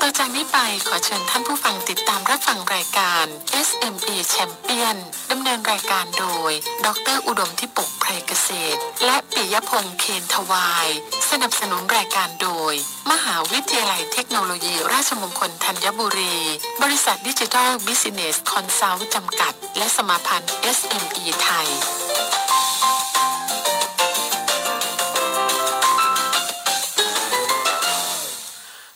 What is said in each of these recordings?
ต่อจากนี้ไปขอเชิญท่านผู้ฟังติดตามรับฟังรายการ SME Champion ดำเนินรายการโดย ดร อุดมทิปกไพรเกษตร และปิยพงษ์เคนทวาย สนับสนุนรายการโดย มหาวิทยาลัยเทคโนโลยี ราชมงคลธัญบุรี บริษัทดิจิทัลบิสเนสคอนซัลท์จำกัด และสมาพันธ์ SME ไทย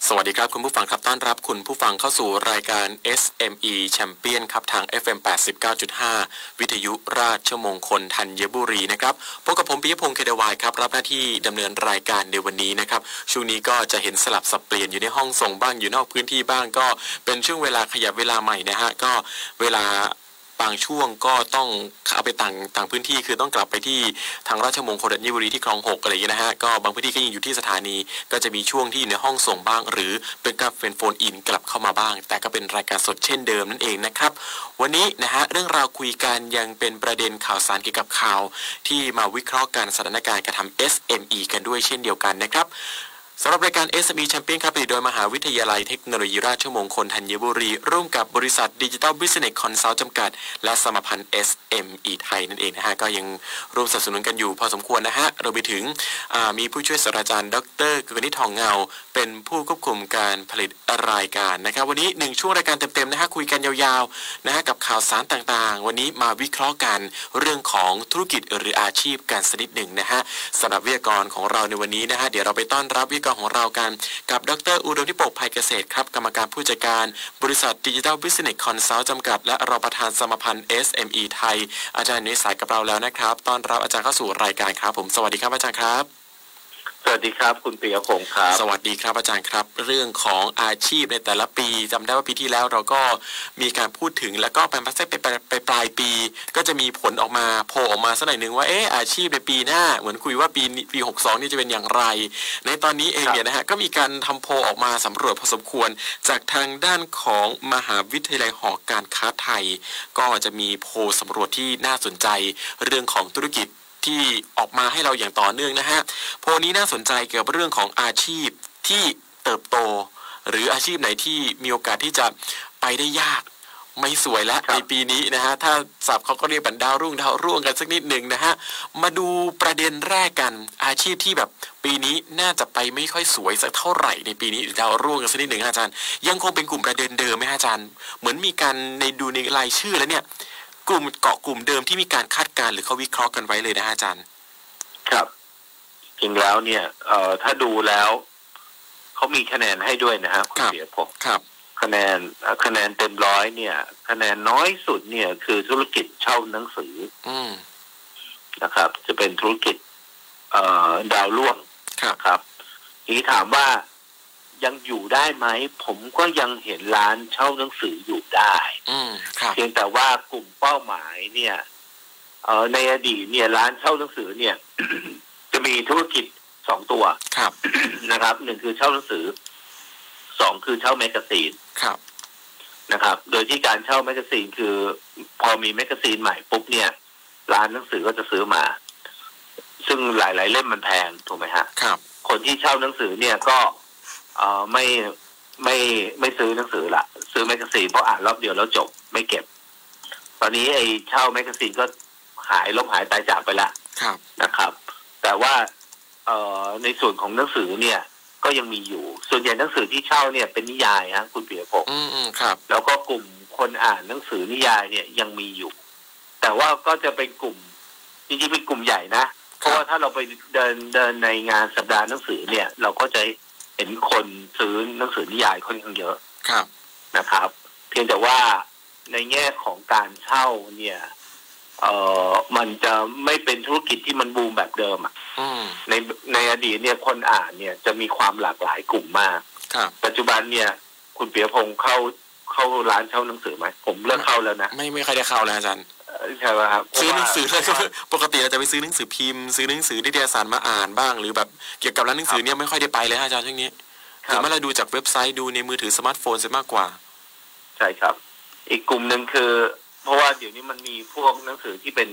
สวัสดีครับคุณผู้ฟังครับต้อนรับคุณผู้ฟังเข้าสู่รายการ SME Champion ครับทาง FM 89.5 วิทยุราชมงคลธัญบุรีนะครับพบกับผมปิยพงศ์เคเดวายครับรับหน้าที่ดำเนินรายการในวันนี้นะครับช่วงนี้ก็จะเห็นสลับสับเปลี่ยนอยู่ในห้องส่งบ้างอยู่นอกพื้นที่บ้างก็เป็นช่วงเวลาขยับเวลาใหม่นะฮะก็เวลา บางช่วงก็ต้องเอาไปต่างต่างพื้นที่คือต้องกลับไปที่ทางราชมงคลธัญบุรีที่คลองหกอะไรอย่างเงี้ยนะฮะก็บางพื้นที่ก็ยังอยู่ที่สถานี ก็จะมีช่วงที่อยู่ในห้องส่งบ้าง หรือเป็นการเป็นโฟนอินกลับเข้ามาบ้าง แต่ก็เป็นรายการสดเช่นเดิมนั่นเองนะครับวันนี้นะฮะเรื่องราวคุยกันยังเป็นประเด็นข่าวสารเกี่ยวกับข่าว ที่มาวิเคราะห์การสถานการณ์การทำ SME กันด้วยเช่นเดียวกันนะครับ สำหรับรายการ SME Champion ครับผลิตโดยมหาวิทยาลัยเทคโนโลยีราชมงคลธัญบุรี ร่วมกับบริษัทดิจิ t a ลบิสเน s คอนซัลท์จำกัด และสมาพันธ์ SME ไทยนั่นเองนะฮะ ก็ยังร่วมสนับสนุนกันอยู่พอสมควรนะฮะเราไปถึงอ่ามีผู้ช่วยศาสตราจารย์ ดรกฤนิษฐ์ทองเงา เป็นผู้ควบคุมการผลิตรายการนะครับ วันนี้หนึ่งช่วงรายการเต็มๆนะฮะคุยกันยาวๆนะฮะกับข่าวสารต่างๆ วันนี้มาวิเคราะห์กันเรื่องของธุรกิจหรืออาชีพกันสักนิดหนึ่งนะฮะสำหรับวิทยากรของเราในวันนี้นะฮะเดี๋ยวเราไปต้อนรับวิทยากรของเรากัน กับดรอุดมทิปกภัยเกษตรครับกรรมการผู้จัดการบริษัทดิจิทัลบิสเนสคอนซัลท์จำกัด และรองประธานสมาพันธ์ SME ไทย อาจารย์อยู่ในสายกับเราแล้วนะครับต้อนรับอาจารย์เข้าสู่รายการครับผมสวัสดีครับอาจารย์ครับ สวัสดีครับคุณปิยพงศ์ครับ สวัสดีครับอาจารย์ครับ เรื่องของอาชีพในแต่ละปีจำได้ว่าปีที่แล้วเราก็มีการพูดถึงแล้วก็เป็นพัสเซไปไปปลายปี ก็จะมีผลออกมาโผล่ออกมาสักหน่อยหนึ่งว่าเอออาชีพในปีหน้า เหมือนคุยว่าปีนี้ปี 62 นี่จะเป็นอย่างไร ในตอนนี้เองเนี่ยนะฮะก็มีการทำโพลออกมาสำรวจพอสมควร จากทางด้านของมหาวิทยาลัยหอการค้าไทย ก็จะมีโพลสำรวจที่น่าสนใจเรื่องของธุรกิจ ที่ออกมาให้เราอย่างต่อเนื่องนะฮะ โพลนี้น่าสนใจเกี่ยวกับเรื่องของอาชีพที่เติบโต หรืออาชีพไหนที่มีโอกาสที่จะไปได้ยาก ไม่สวยแล้ว ครับ ในปีนี้นะฮะ ถ้าสับเขาก็เรียกบันดาวรุ่งดาวร่วงกันสักนิดหนึ่งนะฮะ มาดูประเด็นแรกกัน อาชีพที่แบบปีนี้น่าจะไปไม่ค่อยสวยสักเท่าไหร่ในปีนี้หรือดาวร่วงกันสักนิดหนึ่งฮะอาจารย์ ยังคงเป็นกลุ่มประเด็นเดิมไหมฮะอาจารย์ เหมือนมีการในดูในรายชื่อแล้วเนี่ย กลุ่มเกาะกลุ่มเดิมที่มีการคาดการณ์หรือเขาวิเคราะห์กันไว้เลยนะฮะอาจารย์ ครับ จริงแล้วเนี่ยเอ่อถ้าดูแล้วเขามีคะแนนให้ด้วยนะฮะคุณ ครับ ปิยพงศ์ ครับ คะแนนเอ่อคะแนนเต็มร้อยเนี่ย คะแนนน้อยสุดเนี่ย คือธุรกิจเช่าหนังสือ อืม นะครับ จะเป็นธุรกิจ เอ่อดาวร่วง ครับ ครับทีนี้ถามว่ายังอยู่ได้ไหมผมก็ยังเห็นร้านเช่าหนังสืออยู่ได้ อืม ครับ เพียงแต่ว่ากลุ่มเป้าหมายเนี่ยเอ่อในอดีตเนี่ยร้านเช่าหนังสือเนี่ย จะมีธุรกิจสองตัว ครับ นะครับหนึ่งคือเช่าหนังสือสองคือเช่าแมกกาซีน ครับ นะครับ โดยที่การเช่าแมกกาซีนคือ พอมีแมกกาซีนใหม่ปุ๊บเนี่ย ร้านหนังสือก็จะซื้อมา ซึ่งหลาย ๆ เล่มมันแพงถูกไหมฮะ ครับ คนที่เช่าหนังสือเนี่ยก็เอ่อไม่ไม่ไม่ซื้อหนังสือละซื้อแมกกาซีนเพราะอ่านรอบเดียวแล้วจบไม่เก็บ ตอนนี้ไอ้เช่าแมกกาซีนก็หายล้มหายตายจากไปละ ครับ นะครับ แต่ว่าเอ่อในส่วนของหนังสือเนี่ย ก็ยังมีอยู่ ส่วนใหญ่หนังสือที่เช่าเนี่ยเป็นนิยายฮะคุณเปียพงศ์ อืมอืมครับ แล้วก็กลุ่มคนอ่านหนังสือนิยายเนี่ยยังมีอยู่ แต่ว่าก็จะเป็นกลุ่มจริงๆเป็นกลุ่มใหญ่นะ เพราะว่าถ้าเราไปเดินเดินในงานสัปดาห์หนังสือเนี่ย เราก็จะเห็นคนซื้อหนังสือนิยายค่อนข้างเยอะ ครับ นะครับ เพียงแต่ว่าในแง่ของการเช่าเนี่ยเออมันจะไม่เป็นธุรกิจที่มันบูมแบบเดิมอะ อืม ในในอดีตเนี่ยคนอ่านเนี่ยจะมีความหลากหลายกลุ่มมาก ครับ ปัจจุบันเนี่ย คุณเปียพงศ์เข้าเข้าร้านเช่าหนังสือไหมผมเลิกเข้าแล้วนะ ไม่ไม่ค่อยได้เข้าแล้วอาจารย์ เอ่อใช่ไหมครับ ซื้อหนังสือแล้วก็ ปกติเราจะไปซื้อหนังสือพิมพ์ ซื้อหนังสือนิตยสารมาอ่านบ้าง หรือแบบเกี่ยวกับร้านหนังสือเนี่ยไม่ค่อยได้ไปเลยฮะอาจารย์ช่วงนี้ ค ส่ รั วน บ มากเราดูจากเว็บไซต์ดูในมือถือสมาร์ทโฟนซะมากกว่า ใช่ครับ อีกกลุ่มหนึ่งคือ เพราะว่าเดี๋ยวนี้มันมีพวกหนังสือที่เป็น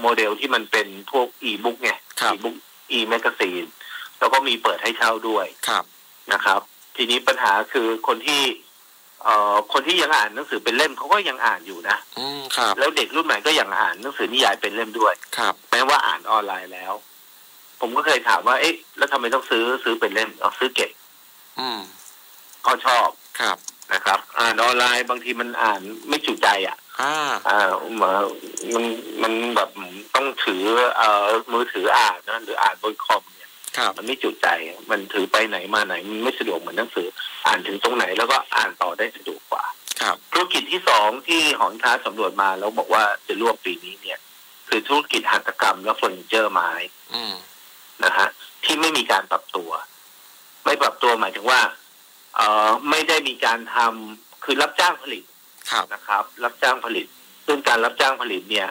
โมเดลที่มันเป็นพวกอีบุ๊กไง ครับ อีบุ๊กอีแมกกาซีนแล้วก็มีเปิดให้เช่าด้วย ครับ นะครับ ทีนี้ปัญหาคือคนที่เอ่อคนที่ยังอ่านหนังสือเป็นเล่มเขาก็ยังอ่านอยู่นะ อืมครับ แล้วเด็กรุ่นใหม่ก็ยังอ่านหนังสือนิยายเป็นเล่มด้วย ครับ แม้ว่าอ่านออนไลน์แล้ว ผมก็เคยถามว่า เอ๊ะ แล้วทำไมต้องซื้อซื้อเป็นเล่มเอาซื้อเก็บ อืม เขาชอบ ครับ นะครับ อ่านออนไลน์บางทีมันอ่านไม่จุใจอ่ะ อ่า อ่าเหมือนมันมันแบบต้องถือเอ่อมือถืออ่านนะหรืออ่านบนคอมเนี่ย ครับ มันไม่จุใจ มันถือไปไหนมาไหนมันไม่สะดวกเหมือนหนังสือ อ่านถึงตรงไหนแล้วก็อ่านต่อได้สะดวกกว่า ครับ ธุรกิจที่สองที่หอการค้าสำรวจมาแล้วบอกว่าจะร่วมปีนี้เนี่ย คือธุรกิจหัตถกรรมและเฟอร์นิเจอร์ไม้ อืม นะฮะที่ไม่มีการปรับตัว ไม่ปรับตัวหมายถึงว่าเอ่อไม่ได้มีการทำคือรับจ้างผลิต ครับ นะครับ รับจ้างผลิต ซึ่งการรับจ้างผลิตเนี่ย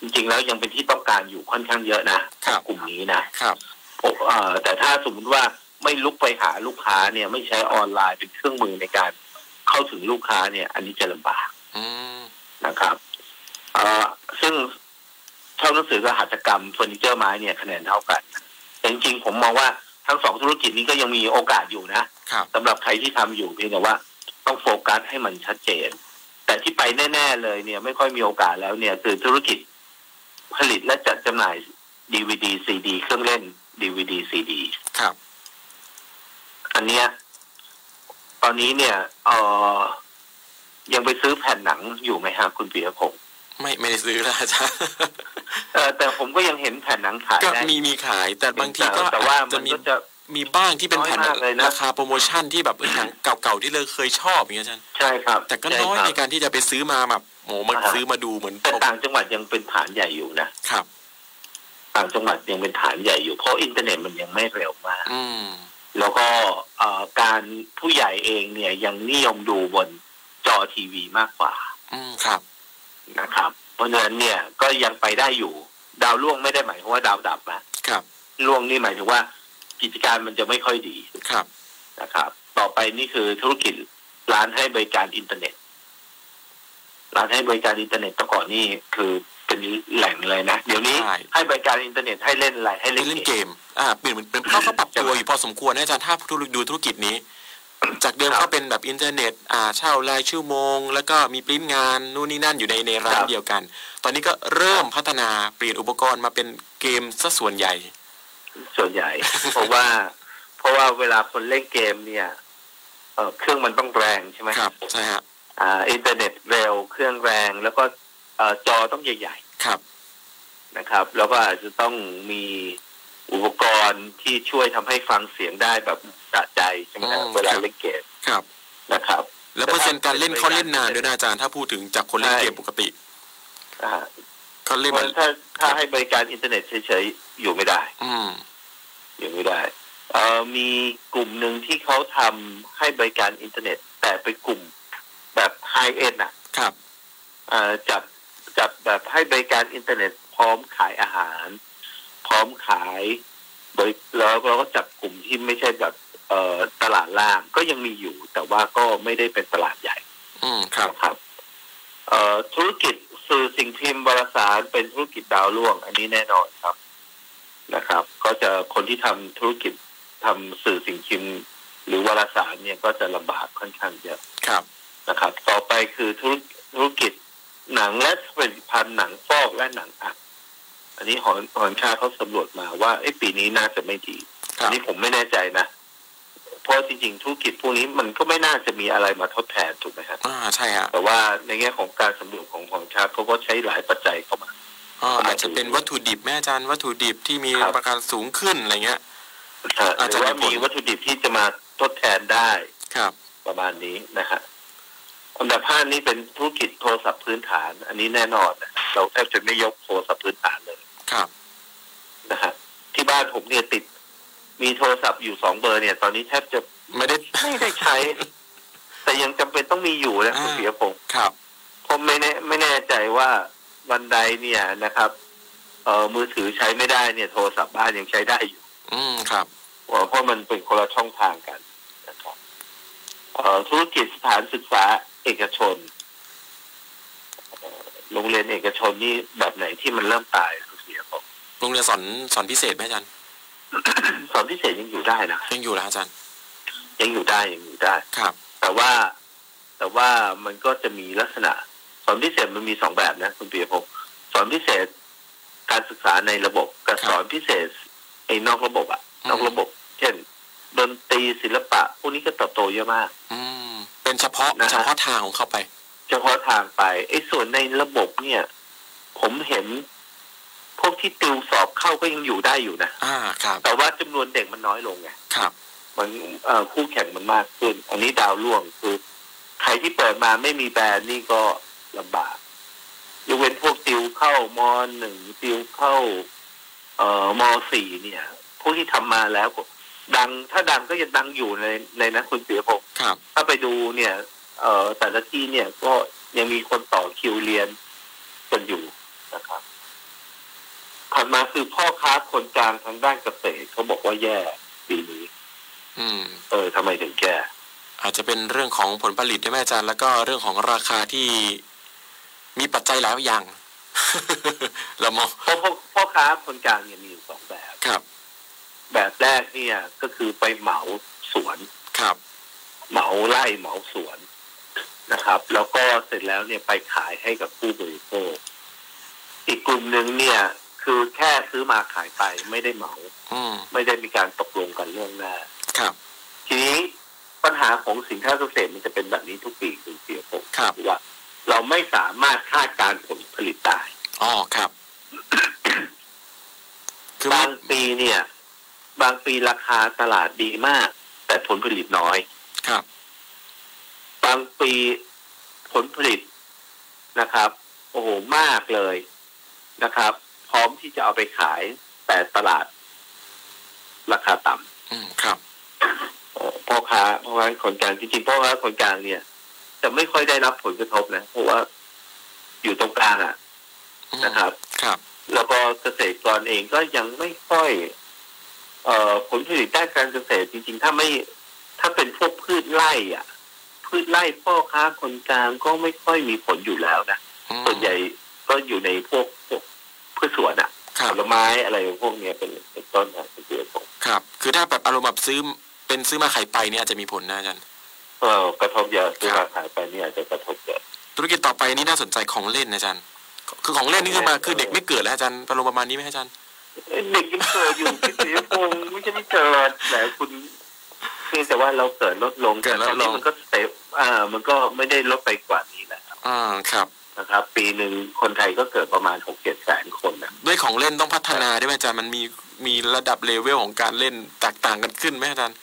จริงๆแล้วยังเป็นที่ต้องการอยู่ค่อนข้างเยอะนะครับ กลุ่มนี้นะครับ โอ้เอ่อแต่ถ้าสมมติว่าไม่ลุกไปหาลูกค้าเนี่ย ไม่ใช้ออนไลน์เป็นเครื่องมือในการเข้าถึงลูกค้าเนี่ย อันนี้จะลำบาก อืม นะครับเอ่อซึ่งเท่าหนังสือกับหัตถกรรมเฟอร์นิเจอร์ไม้เนี่ยคะแนนเท่ากัน แต่จริงๆผมมองว่าทั้งสองธุรกิจนี้ก็ยังมีโอกาสอยู่นะครับ สำหรับใครที่ทำอยู่เพียงแต่ว่าต้องโฟกัสให้มันชัดเจน แต่ที่ไปแน่ ๆ เลยเนี่ย ไม่ค่อยมีโอกาสแล้วเนี่ย คือธุรกิจผลิตและจัดจำหน่ายดีวดีซีดีเครื่องเล่นดีวดีซีดี ครับ อันเนี้ยตอนนี้เนี่ยเออยังไปซื้อแผ่นหนังอยู่ไหมฮะคุณปียพงศ์ ไม่ไม่ได้ซื้อแล้วอาจารย์ เออแต่ผมก็ยังเห็นแผ่นหนังขาย ก็ ได้ มีมีขายแต่บางที แต่ ก็ แต่ว่า จะ มัน มี ก็จะ มีบ้างที่เป็นแผ่น น้อยมากเลยนะ ราคาโปรโมชั่นที่แบบเอ้ยหนังเก่าๆที่เราเคยชอบอย่างเงี้ยอาจารย์ ใช่ครับ แต่ก็ ช่ น้อย ครับ ในการที่จะไปซื้อมาแบบโหมัน อ่า ซื้อมาดูเหมือน แต่ต่างจังหวัดยังเป็นฐานใหญ่อยู่นะ ครับ ต่างจังหวัดยังเป็นฐานใหญ่อยู่เพราะอินเทอร์เน็ตมันยังไม่เร็วมาก อืม แล้วก็เอ่อการผู้ใหญ่เองเนี่ยยังนิยมดูบนจอทีวีมากกว่า อืมครับ นะครับ เพราะฉะนั้นเนี่ยก็ยังไปได้อยู่ ดาวล่วงไม่ได้หมายความว่าดาวดับนะครับล่วงนี่หมายถึงว่ากิจการมันจะไม่ค่อยดี ครับ นะครับ ต่อไปนี่คือธุรกิจร้านให้บริการอินเทอร์เน็ต ร้านให้บริการอินเทอร์เน็ตแต่ก่อนนี่คือเป็นแหล่งเลยนะเดี๋ยวนี้ให้บริการอินเทอร์เน็ตให้เล่นอะไรให้ ไป เล่น เล่น เกม เกม อ่าเปลี่ยนเป็นเป็นเขาเขาปรับตัวอยู่พอสมควรนะอาจารย์ถ้าธุรกิจดูธุรกิจนี้ จากเดิม ครับ ก็เป็นแบบอินเทอร์เน็ต อ่าเช่ารายชั่วโมง แล้วก็มีปริ้นงานนู่นนี่นั่นอยู่ในในร้า คน รับ เดียวกัน ตอนนี้ก็เริ่มพัฒนาเปลี่ยนอุปกรณ์มาเป็นเกมซะส่วนใหญ่ ส่วนใหญ่ เพราะว่า เพราะว่าเวลาคนเล่นเกมเนี่ยเอ่อเครื่องมันต้องแรงใช่ไหม ครับใช่ฮะ อ่าอินเทอร์เน็ตเร็วเครื่องแรงแล้วก็เอ่อจอต้องใหญ่ ครับ ๆนะครับ แล้วก็อาจจะต้องมีอุปกรณ์ที่ช่วยทำให้ฟังเสียงได้แบบสะใจใช่ไหมฮะเวลาเล่นเกม ครับ นะครับ แล้วเปอร์เซ็นต์การเล่นเขาเล่นนานด้วยนะอาจารย์ถ้าพูดถึงจากคนเล่นเกมปกติ อ่า เขา เพ เล่นมาราะฉะนั้นถ้าถ้าให้บริการอินเทอร์เน็ตเฉยๆอยู่ไม่ได้ อืม อยู่ไม่ได้เอ่อมีกลุ่มหนึ่งที่เขาทำให้บริการอินเทอร์เน็ต แต่เป็นกลุ่มแบบไฮเอ็นอ่ะ ครับ เอ่อจับจับแบบให้บริการอินเทอร์เน็ต พร้อมขายอาหาร พร้อมขายบริแล้วเราก็จับกลุ่มที่ไม่ใช่แบบเอ่อตลาดล่างก็ยังมีอยู่ แต่ว่าก็ไม่ได้เป็นตลาดใหญ่ อืมครับ นะครับเอ่อธุรกิจสื่อสิ่งพิมพ์วารสารเป็นธุรกิจดาวล่วง อันนี้แน่นอนครับนะครับ ก็จะคนที่ทำธุรกิจทำสื่อสิ่งพิมพ์ หรือวารสารเนี่ยก็จะลำบากค่อนข้างเยอะ ครับ นะครับต่อไปคือธุรธุรกิจหนังและผลิตภัณฑ์หนังฟอกและหนังอัดอันนี้หอนหอนค่าเขาสำรวจมาว่าเอ้ปีนี้น่าจะไม่ดี ค อั รั น บ นี้ผมไม่แน่ใจนะ เพราะจริงๆธุรกิจพวกนี้มันก็ไม่น่าจะมีอะไรมาทดแทนถูกไหมฮะ อ่าใช่ฮะ แต่ว่าในแง่ของการสำรวจของหอนค่าเขาก็ใช้หลายปัจจัยเข้ามา อ่าอาจจะเป็นวัตถุดิบแม่อาจารย์วัตถุดิบที่มี ครับ ราคาสูงขึ้นอะไรเงี้ย อาจ หรื จะ อ มีผลว่ามีวัตถุดิบที่จะมาทดแทนได้ ครับ ประมาณนี้นะฮะอันดับห้านี้เป็นธุรกิจโทรศัพท์พื้นฐาน อันนี้แน่นอนนะเราแทบจะไม่ยกโทรศัพท์พื้นฐานเลย ครับ นะฮะที่บ้านผมเนี่ยติด มีโทรศัพท์อยู่สองเบอร์เนี่ย ตอนนี้แทบจะ ไม่ได้ ไม่ได้ ใช้ แต่ยังจำเป็นต้องมีอยู่นะคุณ อ่า เปียพงศ์ ครับ ผมไม่แน่ไม่แน่ใจว่าวันใดเนี่ยนะครับ เอ่อมือถือใช้ไม่ได้เนี่ย โทรศัพท์บ้านยังใช้ได้อยู่ อืมครับ เพราะมันเป็นคนละช่องทางกันนะครับเอ่อธุรกิจสถานศึกษาเอกชนเอ่อโรงเรียนเอกชนนี่แบบไหนที่มันเริ่มตายคุณเปียพงศ์ โรงเรียนสอนสอนพิเศษไหมอาจารย์ สอนพิเศษยังอยู่ได้นะ ยังอยู่เหรออาจารย์ ยังอยู่ได้ยังอยู่ได้ ครับ แต่ว่าแต่ว่ามันก็จะมีลักษณะ สอนพิเศษมันมีสองแบบนะคุณปียพงศ์สอนพิเศษการศึกษาในระบบกับ ครับ สอนพิเศษไอ้นอกระบบอะ อืม นอกระบบ เช่น ดนตรีศิลปะพวกนี้ก็เติบโตเยอะมาก อืมเป็นเฉพาะ นะฮะ เฉพาะทางของเขาไป เฉพาะทางไปไอ้ส่วนในระบบเนี่ย ผมเห็น พวกที่ติวสอบเข้าก็ยังอยู่ได้อยู่นะ อ่าครับ แต่ว่าจำนวนเด็กมันน้อยลงไง ครับ มันเอ่อคู่แข่งมันมากขึ้น อันนี้ดาวร่วงคือใครที่เปิดมาไม่มีแบรนด์นี่ก็ลำบากยกเว้นพวกติวเข้ามอหนึ่งติวเข้า เอ่อมอสี่เนี่ย พวกที่ทำมาแล้วก็ดังถ้าดังก็ยังดังอยู่ในในนะคุณเสียพงศ์ ครับ ถ้าไปดูเนี่ย เอ่อแต่ละที่เนี่ยก็ยังมีคนต่อคิวเรียนกันอยู่นะครับถัดมาคือพ่อค้าคนกลางทางด้านเกษตรเขาบอกว่าแย่ปีนี้ อืม เออทำไมถึงแก่ อาจจะเป็นเรื่องของผลผลิตด้วยแม่อาจารย์ แล้วก็เรื่องของราคาที่มีปัจจัยหลายอย่าง เรามอง เพราะพ่อพ่อค้าคนกลางเนี่ยมีอยู่สองแบบ ครับ แบบแรกเนี่ย ก็คือไปเหมาสวน ครับ เหมาไร่เหมาสวนนะครับ แล้วก็เสร็จแล้วเนี่ยไปขายให้กับผู้บริโภคอีกกลุ่มหนึ่งเนี่ย คือแค่ซื้อมาขายไปไม่ได้เหมา อืม ไม่ได้มีการตกลงกันเรื่องหน้า ครับ ทีนี้ปัญหาของสินค้าเกษตรมันจะเป็นแบบนี้ทุกปีคือเสียผม ครับ ว่า เราไม่สามารถคาดการณ์ผลผลิตได้ อ๋อ ครับ คือมั บาน งปีเนี่ย บางปีราคาตลาดดีมาก แต่ผลผลิตน้อย ครับ บางปีผลผลิตนะครับ โอ้โหมากเลยนะครับ พร้อมที่จะเอาไปขายแต่ตลาด ราคาต่ อืมครับ ำเอ่อพ่อค้าพ่อค้าคนกลางจริงๆพ่อค้าคนกลางเนี่ยจะไม่ค่อยได้รับผลกระทบนะเพราะว่าอยู่ตรงกลางอะ อืม นะครับ ครับ แล้วก็เกษตรกรเองก็ยังไม่ค่อย เอ่อผลผลิตด้านการเกษตรจริงๆ ถ้าไม่ ถ้าเป็นพวกพืชไร่อ่ะ พืชไร่พ่อค้าคนกลางก็ไม่ค่อยมีผลอยู่แล้วนะ อืม ส่วนใหญ่ก็อยู่ในพวกพวกพืชสวนอ่ะ ครั ผ บ ลไม้อะไรพวกเนี้ยเป็นเป็นต้นนะเป็นเดือนผม ครับ คือถ้าแบบอารมณ์แบบซื้อเป็นซื้อมาขายไปเนี่ยอาจจะมีผลนะอาจารย์ เออกระทบเยอะซื้อมาขายไปเนี่ยอาจจะกระทบเยอะ ธุรกิจต่อไปนี่น่าสนใจของเล่นนะอาจารย์ คือของเล่นนี่คือมาคือเด็กไม่เกิดแล้วอาจารย์อารมณ์ประมาณนี้ไหมอาจารย์ เด็กยังเกิดอยู่ พี่สีพงศ์ไม่ใช่ไม่เกิดแต่คุณเพียงแต่ว่าเราเกิดลดลง เกิดลดลง แต่ตอนนี้มันก็สเตปอ่า มันก็ไม่ได้ลดไปกว่านี้แหละ อ่าครับ นะครับ ปีหนึ่งคนไทยก็เกิดประมาณหกเจ็ดแสนคนนะ ด้วยของเล่นต้องพัฒนาด้วยไหมอาจารย์มันมีมีระดับเลเวลของการเล่นแตกต่างกันขึ้นไหมอาจารย์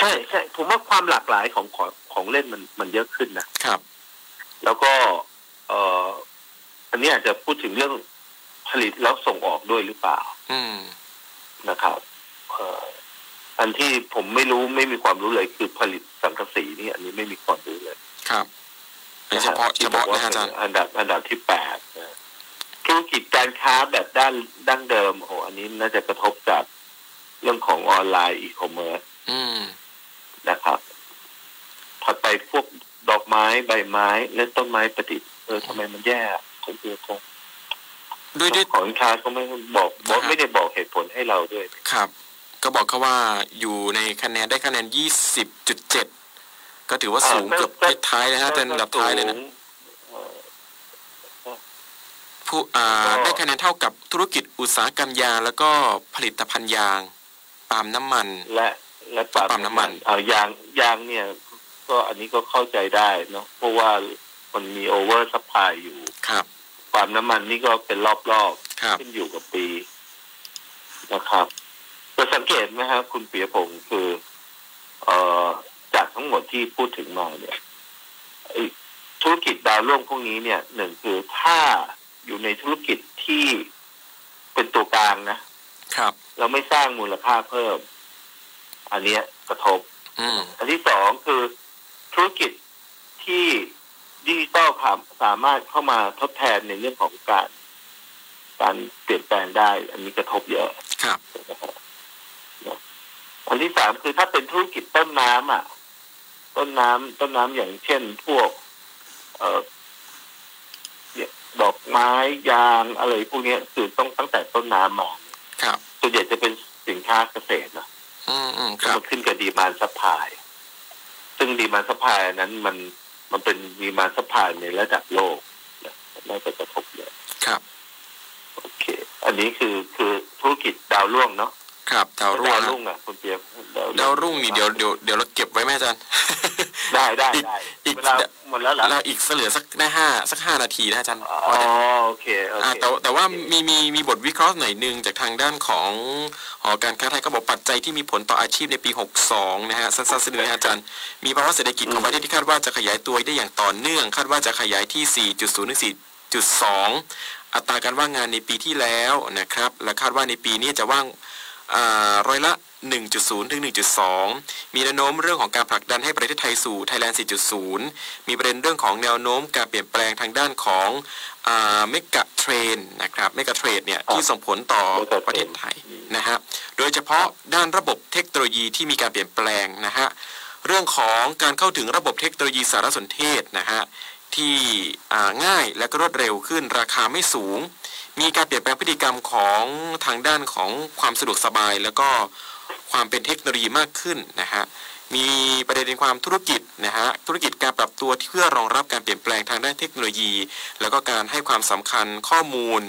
ใช่ใช่ผมว่าความหลากหลายของของของเล่นมันมันเยอะขึ้นนะครับ แล้วก็ เอ่ออันนี้อาจจะพูดถึงเรื่องผลิตแล้วส่งออกด้วยหรือเปล่า อืม นะครับเอ่ออันที่ผมไม่รู้ไม่มีความรู้เลยคือผลิตสังกะสีนี่อันนี้ไม่มีความรู้เลย ครับอันนี้เฉพาะเฉพาะนะฮะอาจารย์ อันดับอันดับที่แปดนะธุรกิจการค้าแบบด้านดั้งเดิมโอ้โหอันนี้น่าจะกระทบจากเรื่องของออนไลน์อีคอมเมิร์ซ อืม นะครับถัดไปพวกดอกไม้ใบไม้และต้นไม้ประดิษฐ์เออทำไมมันแย่ผมเดียวคง ด้วยด้วย เจ้าของค้าก็ไม่บอกบอกไม่ได้บอกเหตุผลให้เราด้วย ครับ ก็บอกเขาว่าอยู่ในคะแนนได้คะแนน 20.7 ก็ถือว่าสูง อ่า เกือบ ก็ ท้ายๆเลยฮะเป็นอันดับท้ายเลยนะ เอ่อ ผู้อ่า ก็ ได้คะแนนเท่ากับธุรกิจอุตสาหกรรมยางแล้วก็ผลิตภัณฑ์ยางปาล์มน้ำมัน และและปรับ ปรับน้ำมัน เอายางยางเนี่ย ก็อันนี้ก็เข้าใจได้เนาะเพราะว่ามันมีโอเวอร์ซัพพลายอยู่ ครับ ความน้ำมันนี่ก็เป็นรอบ ครับ ๆขึ้นอยู่กับปีนะครับแต่สังเกตไหมครับคุณเปียพงศ์คือ เอ่อจากทั้งหมดที่พูดถึงมาเนี่ยไอ้ธุรกิจดาวร่วงพวกนี้เนี่ยหนึ่งคือถ้าอยู่ในธุรกิจที่เป็นตัวกลางนะครับ เราไม่สร้างมูลค่าเพิ่ม อันเนี้ยกระทบ อืม อันที่สองคือธุรกิจที่ดิจิตอลสามสามารถเข้ามาทดแทนในเรื่องของการ การเปลี่ยนแปลงได้ อันนี้กระทบเยอะ ครับ นะครับอันที่สามคือถ้าเป็นธุรกิจต้นน้ำอ่ะ ต้นน้ำต้นน้ำอย่างเช่นพวก เอ่อเนี่ยดอกไม้ยางอะไรพวกเนี้ยคือต้องตั้งแต่ต้นน้ำมา ครับ ส่วนใหญ่จะเป็นสินค้าเกษตรนะ อืมอืมค มั รับ นขึ้นกับดีมานซัพพลาย ซึ่งดีมาสัพพายนั้นมันมันเป็นดีมาสัพพายในระดับโลกนะไม่ไปกระทบเลย ครับ โอเค อันนี้คือคือธุรกิจดาวร่วงเนาะ ครับดาวรุ่ง ดาว นะ รุ่งอ่ะคุณเปียก ดาวรุ่งนี่เดี๋ยวเดี๋ยวเดี๋ยวเราเก็บไว้ไหมอาจารย์ ได้ได้ อีก ได้ อีก เวลาหมดแล้วเหรอ เราอีกเหลือสักหน้าห้าสักห้านาทีนะอาจารย์ อ๋อ พอจะ โอเคโอ อ่า เค แต่ว่าแต่ว่ามีมีมีบทวิเคราะห์หน่อยหนึ่งจากทางด้านของหอการค้าไทยก็บอกปัจจัยที่มีผลต่ออาชีพในปี 62 นะฮะสั้นๆสักนิดนะฮะอาจารย์ มีภาวะเศรษฐกิจของประเทศที่คาดว่าจะขยายตัวได้อย่างต่อเนื่อง คาดว่าจะขยายที่ 4.0ถึง4.2 อัตราการว่างงานในปีที่แล้วนะครับ และคาดว่าในปีนี้จะว่าง อ่าร้อยละ 1.0 ถึง 1.2 มีแนวโน้มเรื่องของการผลักดันให้ประเทศไทยสู่ Thailand 4.0 มีประเด็นเรื่องของแนวโน้มการเปลี่ยนแปลงทางด้านของเมกะเทรนนะครับเมกะเทรนเนี่ยที่ส่งผลต่อ ต่อ Mega ประเทศไทยนะฮะ โดยเฉพาะด้านระบบเทคโนโลยีที่มีการเปลี่ยนแปลงนะฮะ เรื่องของการเข้าถึงระบบเทคโนโลยีสารสนเทศนะฮะที่อ่าง่ายและก็รวดเร็วขึ้นราคาไม่สูง มีการเปลี่ยนแปลงพฤติกรรมของทางด้านของความสะดวกสบาย แล้วก็ความเป็นเทคโนโลยีมากขึ้นนะฮะ มีประเด็นในความธุรกิจนะฮะธุรกิจการปรับตัวที่เพื่อรองรับการเปลี่ยนแปลงทางด้านเทคโนโลยี แล้วก็การให้ความสำคัญข้อมูล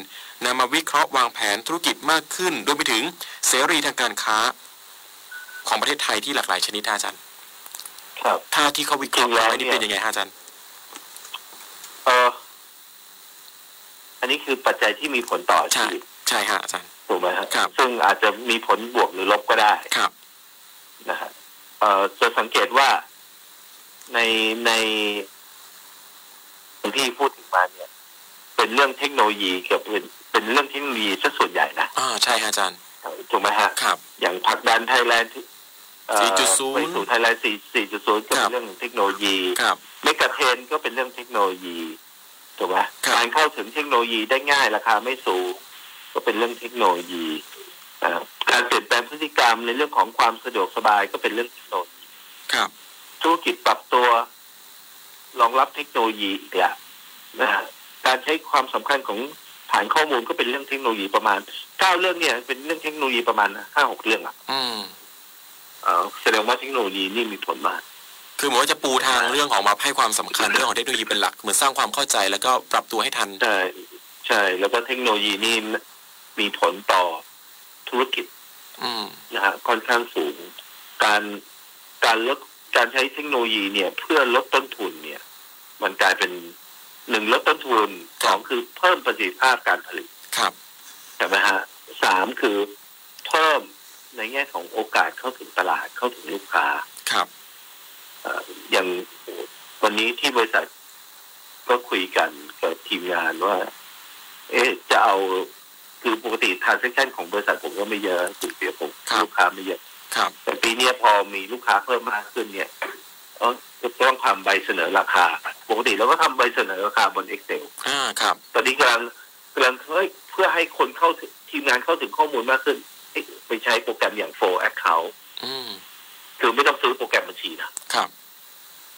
นำมาวิเคราะห์วางแผนธุรกิจมากขึ้นรวมไปถึงเสรีทางการค้า ของประเทศไทยที่หลากหลายชนิดนะอาจารย์ ครับ ถ้าที่เขาวิเคราะห์ไว้นี่เป็นยังไงฮะอาจารย์ เอออันนี้คือปัจจัยที่มีผลต่อชี ใช่ วิต ใช่ฮะอาจารย์ ถูกไหมฮะ ครับ ซึ่งอาจจะมีผลบวกหรือลบก็ได้ ครับ นะฮะเอ่อจะสังเกตว่าในในที่พูดถึงมาเนี่ย เป็นเรื่องเทคโนโลยีเกี่ยวกับเป็นเป็นเรื่องเทคโนโลยีซะส่วนใหญ่นะ อ่าใช่ฮะอาจารย์ ถูกไหมฮะ ครับ อย่างผลักดันไทยแลนด์ 4.0 ไปสู่ไทยแลนด์ 4.0 ก็ ค เป็ รับ นเรื่องของเทคโนโลยี ครับ เมกะเทรนด์ก็เป็นเรื่องเทคโนโลยีถูกไหม ครับ การเข้าถึงเทคโนโลยีได้ง่ายราคาไม่สูง ก็เป็นเรื่องเทคโนโลยีอ่าการเปลี่ยนแปลงพฤติกรรมในเรื่องของความสะดวกสบายก็เป็นเรื่องเทคโนโลยี ครับ ธุรกิจปรับตัวรองรับเทคโนโลยีอีกและนะฮะการใช้ความสำคัญของฐานข้อมูลก็เป็นเรื่องเทคโนโลยีประมาณเก้าเรื่องเนี่ยเป็นเรื่องเทคโนโลยีประมาณห้าหกเรื่องอะ อืม อ่าแสดงว่าเทคโนโลยีนี่มีผลมาก คือเหมือนว่าจะปูทางเรื่องของมาให้ความสำคัญเรื่องของเทคโนโลยีเป็นหลักเหมือนสร้างความเข้าใจแล้วก็ปรับตัวให้ทัน ใช่ใช่ แล้วก็เทคโนโลยีนี่มีผลต่อธุรกิจ อืม นะฮะค่อนข้างสูง การการลดการใช้เทคโนโลยีเนี่ย เพื่อลดต้นทุนเนี่ย มันกลายเป็นหนึ่งลดต้นทุนสองคือเพิ่มประสิทธิภาพการผลิต ครับ ใช่ไหมฮะสามคือเพิ่มในแง่ของโอกาสเข้าถึงตลาดเข้าถึงลูกค้า ครับ เอ่ออย่างวันนี้ที่บริษัทก็คุยกันกับทีมงานว่า เอ๊ะจะเอาคือปกติทานเซ็ชันของบริษัทผมก็ไม่เยอะสุดเดียวผมลูกค้าไม่เยอะ ครับ แต่ปีเนี้ยพอมีลูกค้าเพิ่มมากขึ้นเนี่ยเอ้อก็ต้องทำใบเสนอราคา ปกติเราก็ทำใบเสนอราคาบน Excel อ่าครับ ตอนนี้กำลังกำลังเฮ้ยเพื่อให้คนเข้าถึงทีมงานเข้าถึงข้อมูลมากขึ้นเอ๊ะไปใช้โปรแกรมอย่าง f o r Account อืม คือไม่ต้องซื้อโปรแกรมบัญชีนะ ครับ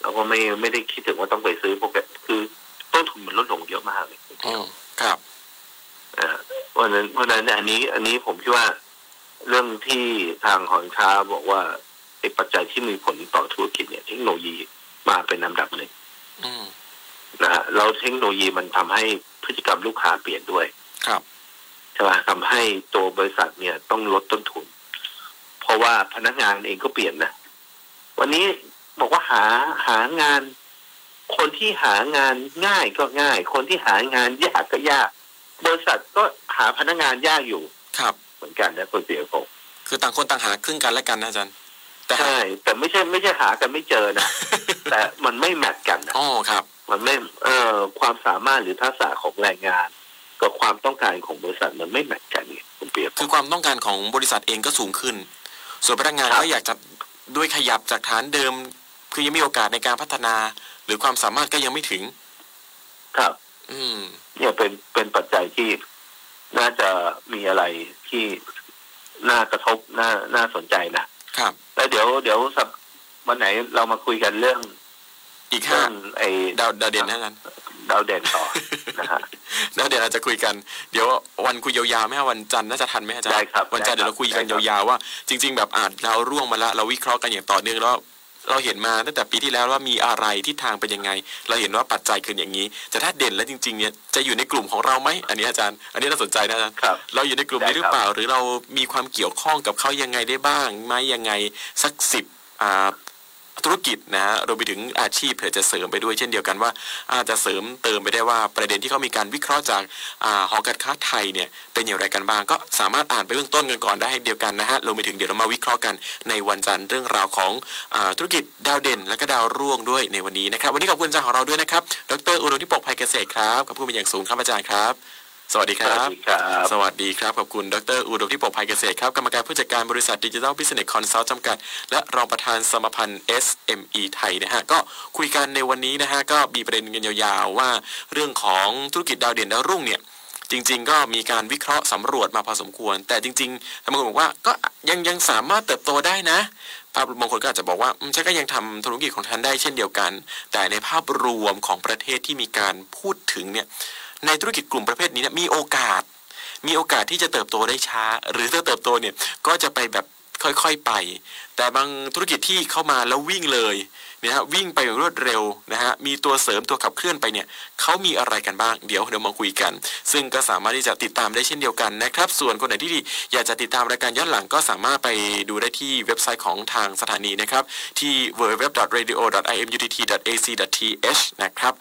เราก็ไม่ไม่ได้คิดถึงว่าต้องไปซื้อโปรแกรมคือต้นทุนมันลดลงเยอะมากเลย อืมครับ อ่าเพราะฉะนั้นเพราะฉะนั้นอันนี้อันนี้ผมคิดว่าเรื่องที่ทางหอนค้าบอกว่าไอ้ปัจจัยที่มีผลต่อธุรกิจเนี่ยเทคโนโลยีมาเป็นลำดับหนึ่ง อืม นะฮะเราเทคโนโลยีมันทำให้พฤติกรรมลูกค้าเปลี่ยนด้วย ครับ ใช่ไหมทำให้ตัวบริษัทเนี่ยต้องลดต้นทุน เพราะว่าพนักงานเองก็เปลี่ยนนะวันนี้บอกว่าหาหางาน คนที่หางานง่ายก็ง่าย คนที่หางานยากก็ยาก บริษัทก็หาพนักงานยากอยู่ ครับ เหมือนกันนะคนเสียผม คือต่างคนต่างหาครึ่งกันและกันนะอาจารย์แต่หา ใช่ แต่ไม่ใช่ไม่ใช่หากันไม่เจอ นะ แต่มันไม่แมทกันนะ อ๋อครับ มันไม่เอ่อความสามารถหรือทักษะของแรงงาน กับความต้องการของบริษัทมันไม่แมทกันเนี่ยคุณเปียก คือความต้องการของบริษัทเองก็สูงขึ้น ส่วนพนักงาน ครับ ก็อยากจะด้วยขยับจากฐานเดิม คือยังมีโอกาสในการพัฒนา หรือความสามารถก็ยังไม่ถึง ครับ อืม เนี่ยเป็นเป็นปัจจัยที่น่าจะมีอะไรที่น่ากระทบน่าน่าสนใจนะครับ แล้วเดี๋ยวเดี๋ยวสัปวันไหนเรามาคุยกันเรื่อง อีกห้า เรื่องไอ้ ดาวดาวเด่นนะอาจารย์ ดาวเด่นต่อ นะฮะ แล้วเดี๋ยวเราจะคุยกัน เดี๋ยววันคุยยาวๆไหมฮะวันจันทร์น่าจะทันไหมอาจารย์ ได้ครับ วันจันทร์ ได้ เดี๋ยว ครับ เราคุยกัน ได้ครับ ยาวๆว่า จริง ๆ แบบอ่านดาวร่วงมาละเราวิเคราะห์กันอย่างต่อเนื่องแล้ว เราเห็นมาตั้งแต่ปีที่แล้วว่ามีอะไรทิศทางเป็นยังไง เราเห็นว่าปัจจัยคืออย่างนี้ แต่ถ้าเด่นแล้วจริงๆเนี่ยจะอยู่ในกลุ่มของเราไหมอันนี้อาจารย์ อันนี้น่าสนใจนะอาจารย์ ครับ เราอยู่ในกลุ่มนี้หรือเปล่า หรือเรามีความเกี่ยวข้องกับเขายังไงได้บ้างไหมยังไงสักสิบอ่า ธุรกิจนะฮะรวมไปถึงอาชีพเผื่อจะเสริมไปด้วยเช่นเดียวกันว่า อาจจะเสริมเติมไปได้ว่าประเด็นที่เขามีการวิเคราะห์จากอ่าหอการค้าไทยเนี่ยเป็นอย่างไรกันบ้างก็สามารถอ่านไปเบื้องต้นกันก่อนได้เดียวกันนะฮะรวมไปถึงเดี๋ยวเรามาวิเคราะห์กันในวันจันทร์เรื่องราวของอาธุรกิจดาวเด่น และก็ดาวร่วงด้วยในวันนี้นะครับ วันนี้ขอบคุณอาจารย์ของเราด้วยนะครับดรอุดมที่ปกภัยเกษตรครับขอบคุณเป็นอย่างสูงครับอาจารย์ครับ สวัสดีค ส รับวัสดีครับ สวัสดีครับขอบคุณ ดรอุดมที่ปกภัยเกษตรครับ กรรมการผู้จัดการบริษัทดิจิทัลบิสเนสคอนซัลท์จำกัด และรองประธานสมาพันธ์ SME ไทยนะฮะ ก็คุยกันในวันนี้นะฮะ ก็มีประเด็นกันยาวๆ ว่าเรื่องของธุรกิจดาวเด่นดาวรุ่งเนี่ย จริงๆ ก็มีการวิเคราะห์สำรวจมาพอสมควร แต่จริงๆบางคนบอกว่าก็ยังยังสามารถเติบโตได้นะ ภาพบางคนก็อาจจะบอกว่าอืมฉันก็ยังทำธุรกิจของฉันได้เช่นเดียวกัน แต่ในภาพรวมของประเทศที่มีการพูดถึงเนี่ย ในธุรกิจกลุ่มประเภทนี้เนี่ยมีโอกาส มีโอกาสที่จะเติบโตได้ช้า หรือถ้าเติบโตเนี่ยก็จะไปแบบค่อยๆไป แต่บางธุรกิจที่เข้ามาแล้ววิ่งเลยเนี่ยฮะวิ่งไปอย่างรวดเร็วนะฮะมีตัวเสริมตัวขับเคลื่อนไปเนี่ยเขามีอะไรกันบ้างเดี๋ยวเดี๋ยวมาคุยกัน ซึ่งก็สามารถที่จะติดตามได้เช่นเดียวกันนะครับ ส่วนคนไหนที่อยากจะติดตามรายการย้อนหลังก็สามารถไปดูได้ที่เว็บไซต์ของทางสถานีนะครับที่ www.radio.imutt.ac.th นะครับ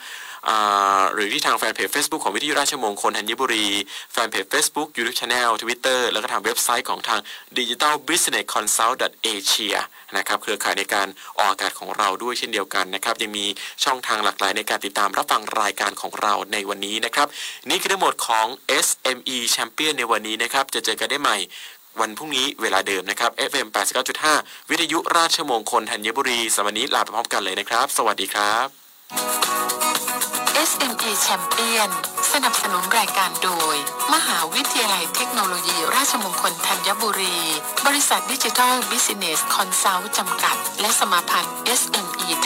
อ่าหรือที่ทางแฟนเพจ Facebook ของวิทยุราชมงคลธัญบุรี แฟนเพจ Facebook YouTube Channel Twitter แล้วก็ทางเว็บไซต์ของทาง Digital Business Consult Asia นะครับเครือข่ายในการออกอากาศของเราด้วยเช่นเดียวกันนะครับ ยังมีช่องทางหลากหลายในการติดตามรับฟังรายการของเราในวันนี้นะครับ นี่คือทั้งหมดของ SME Champion ในวันนี้นะครับ จะเจอกันได้ใหม่ วันพรุ่งนี้เวลาเดิมนะครับ FM 89.5 วิทยุราชมงคลธัญบุรีสำหรับวันนี้ลาไปพร้อมกันเลยนะครับ สวัสดีครับ SME Champion สนับสนุนรายการโดย มหาวิทยาลัยเทคโนโลยี ราชมงคลธัญบุรี บริษัทดิจิทัลบิสเนสคอนซัลท์จำกัด และสมาพันธ์ SME ไทย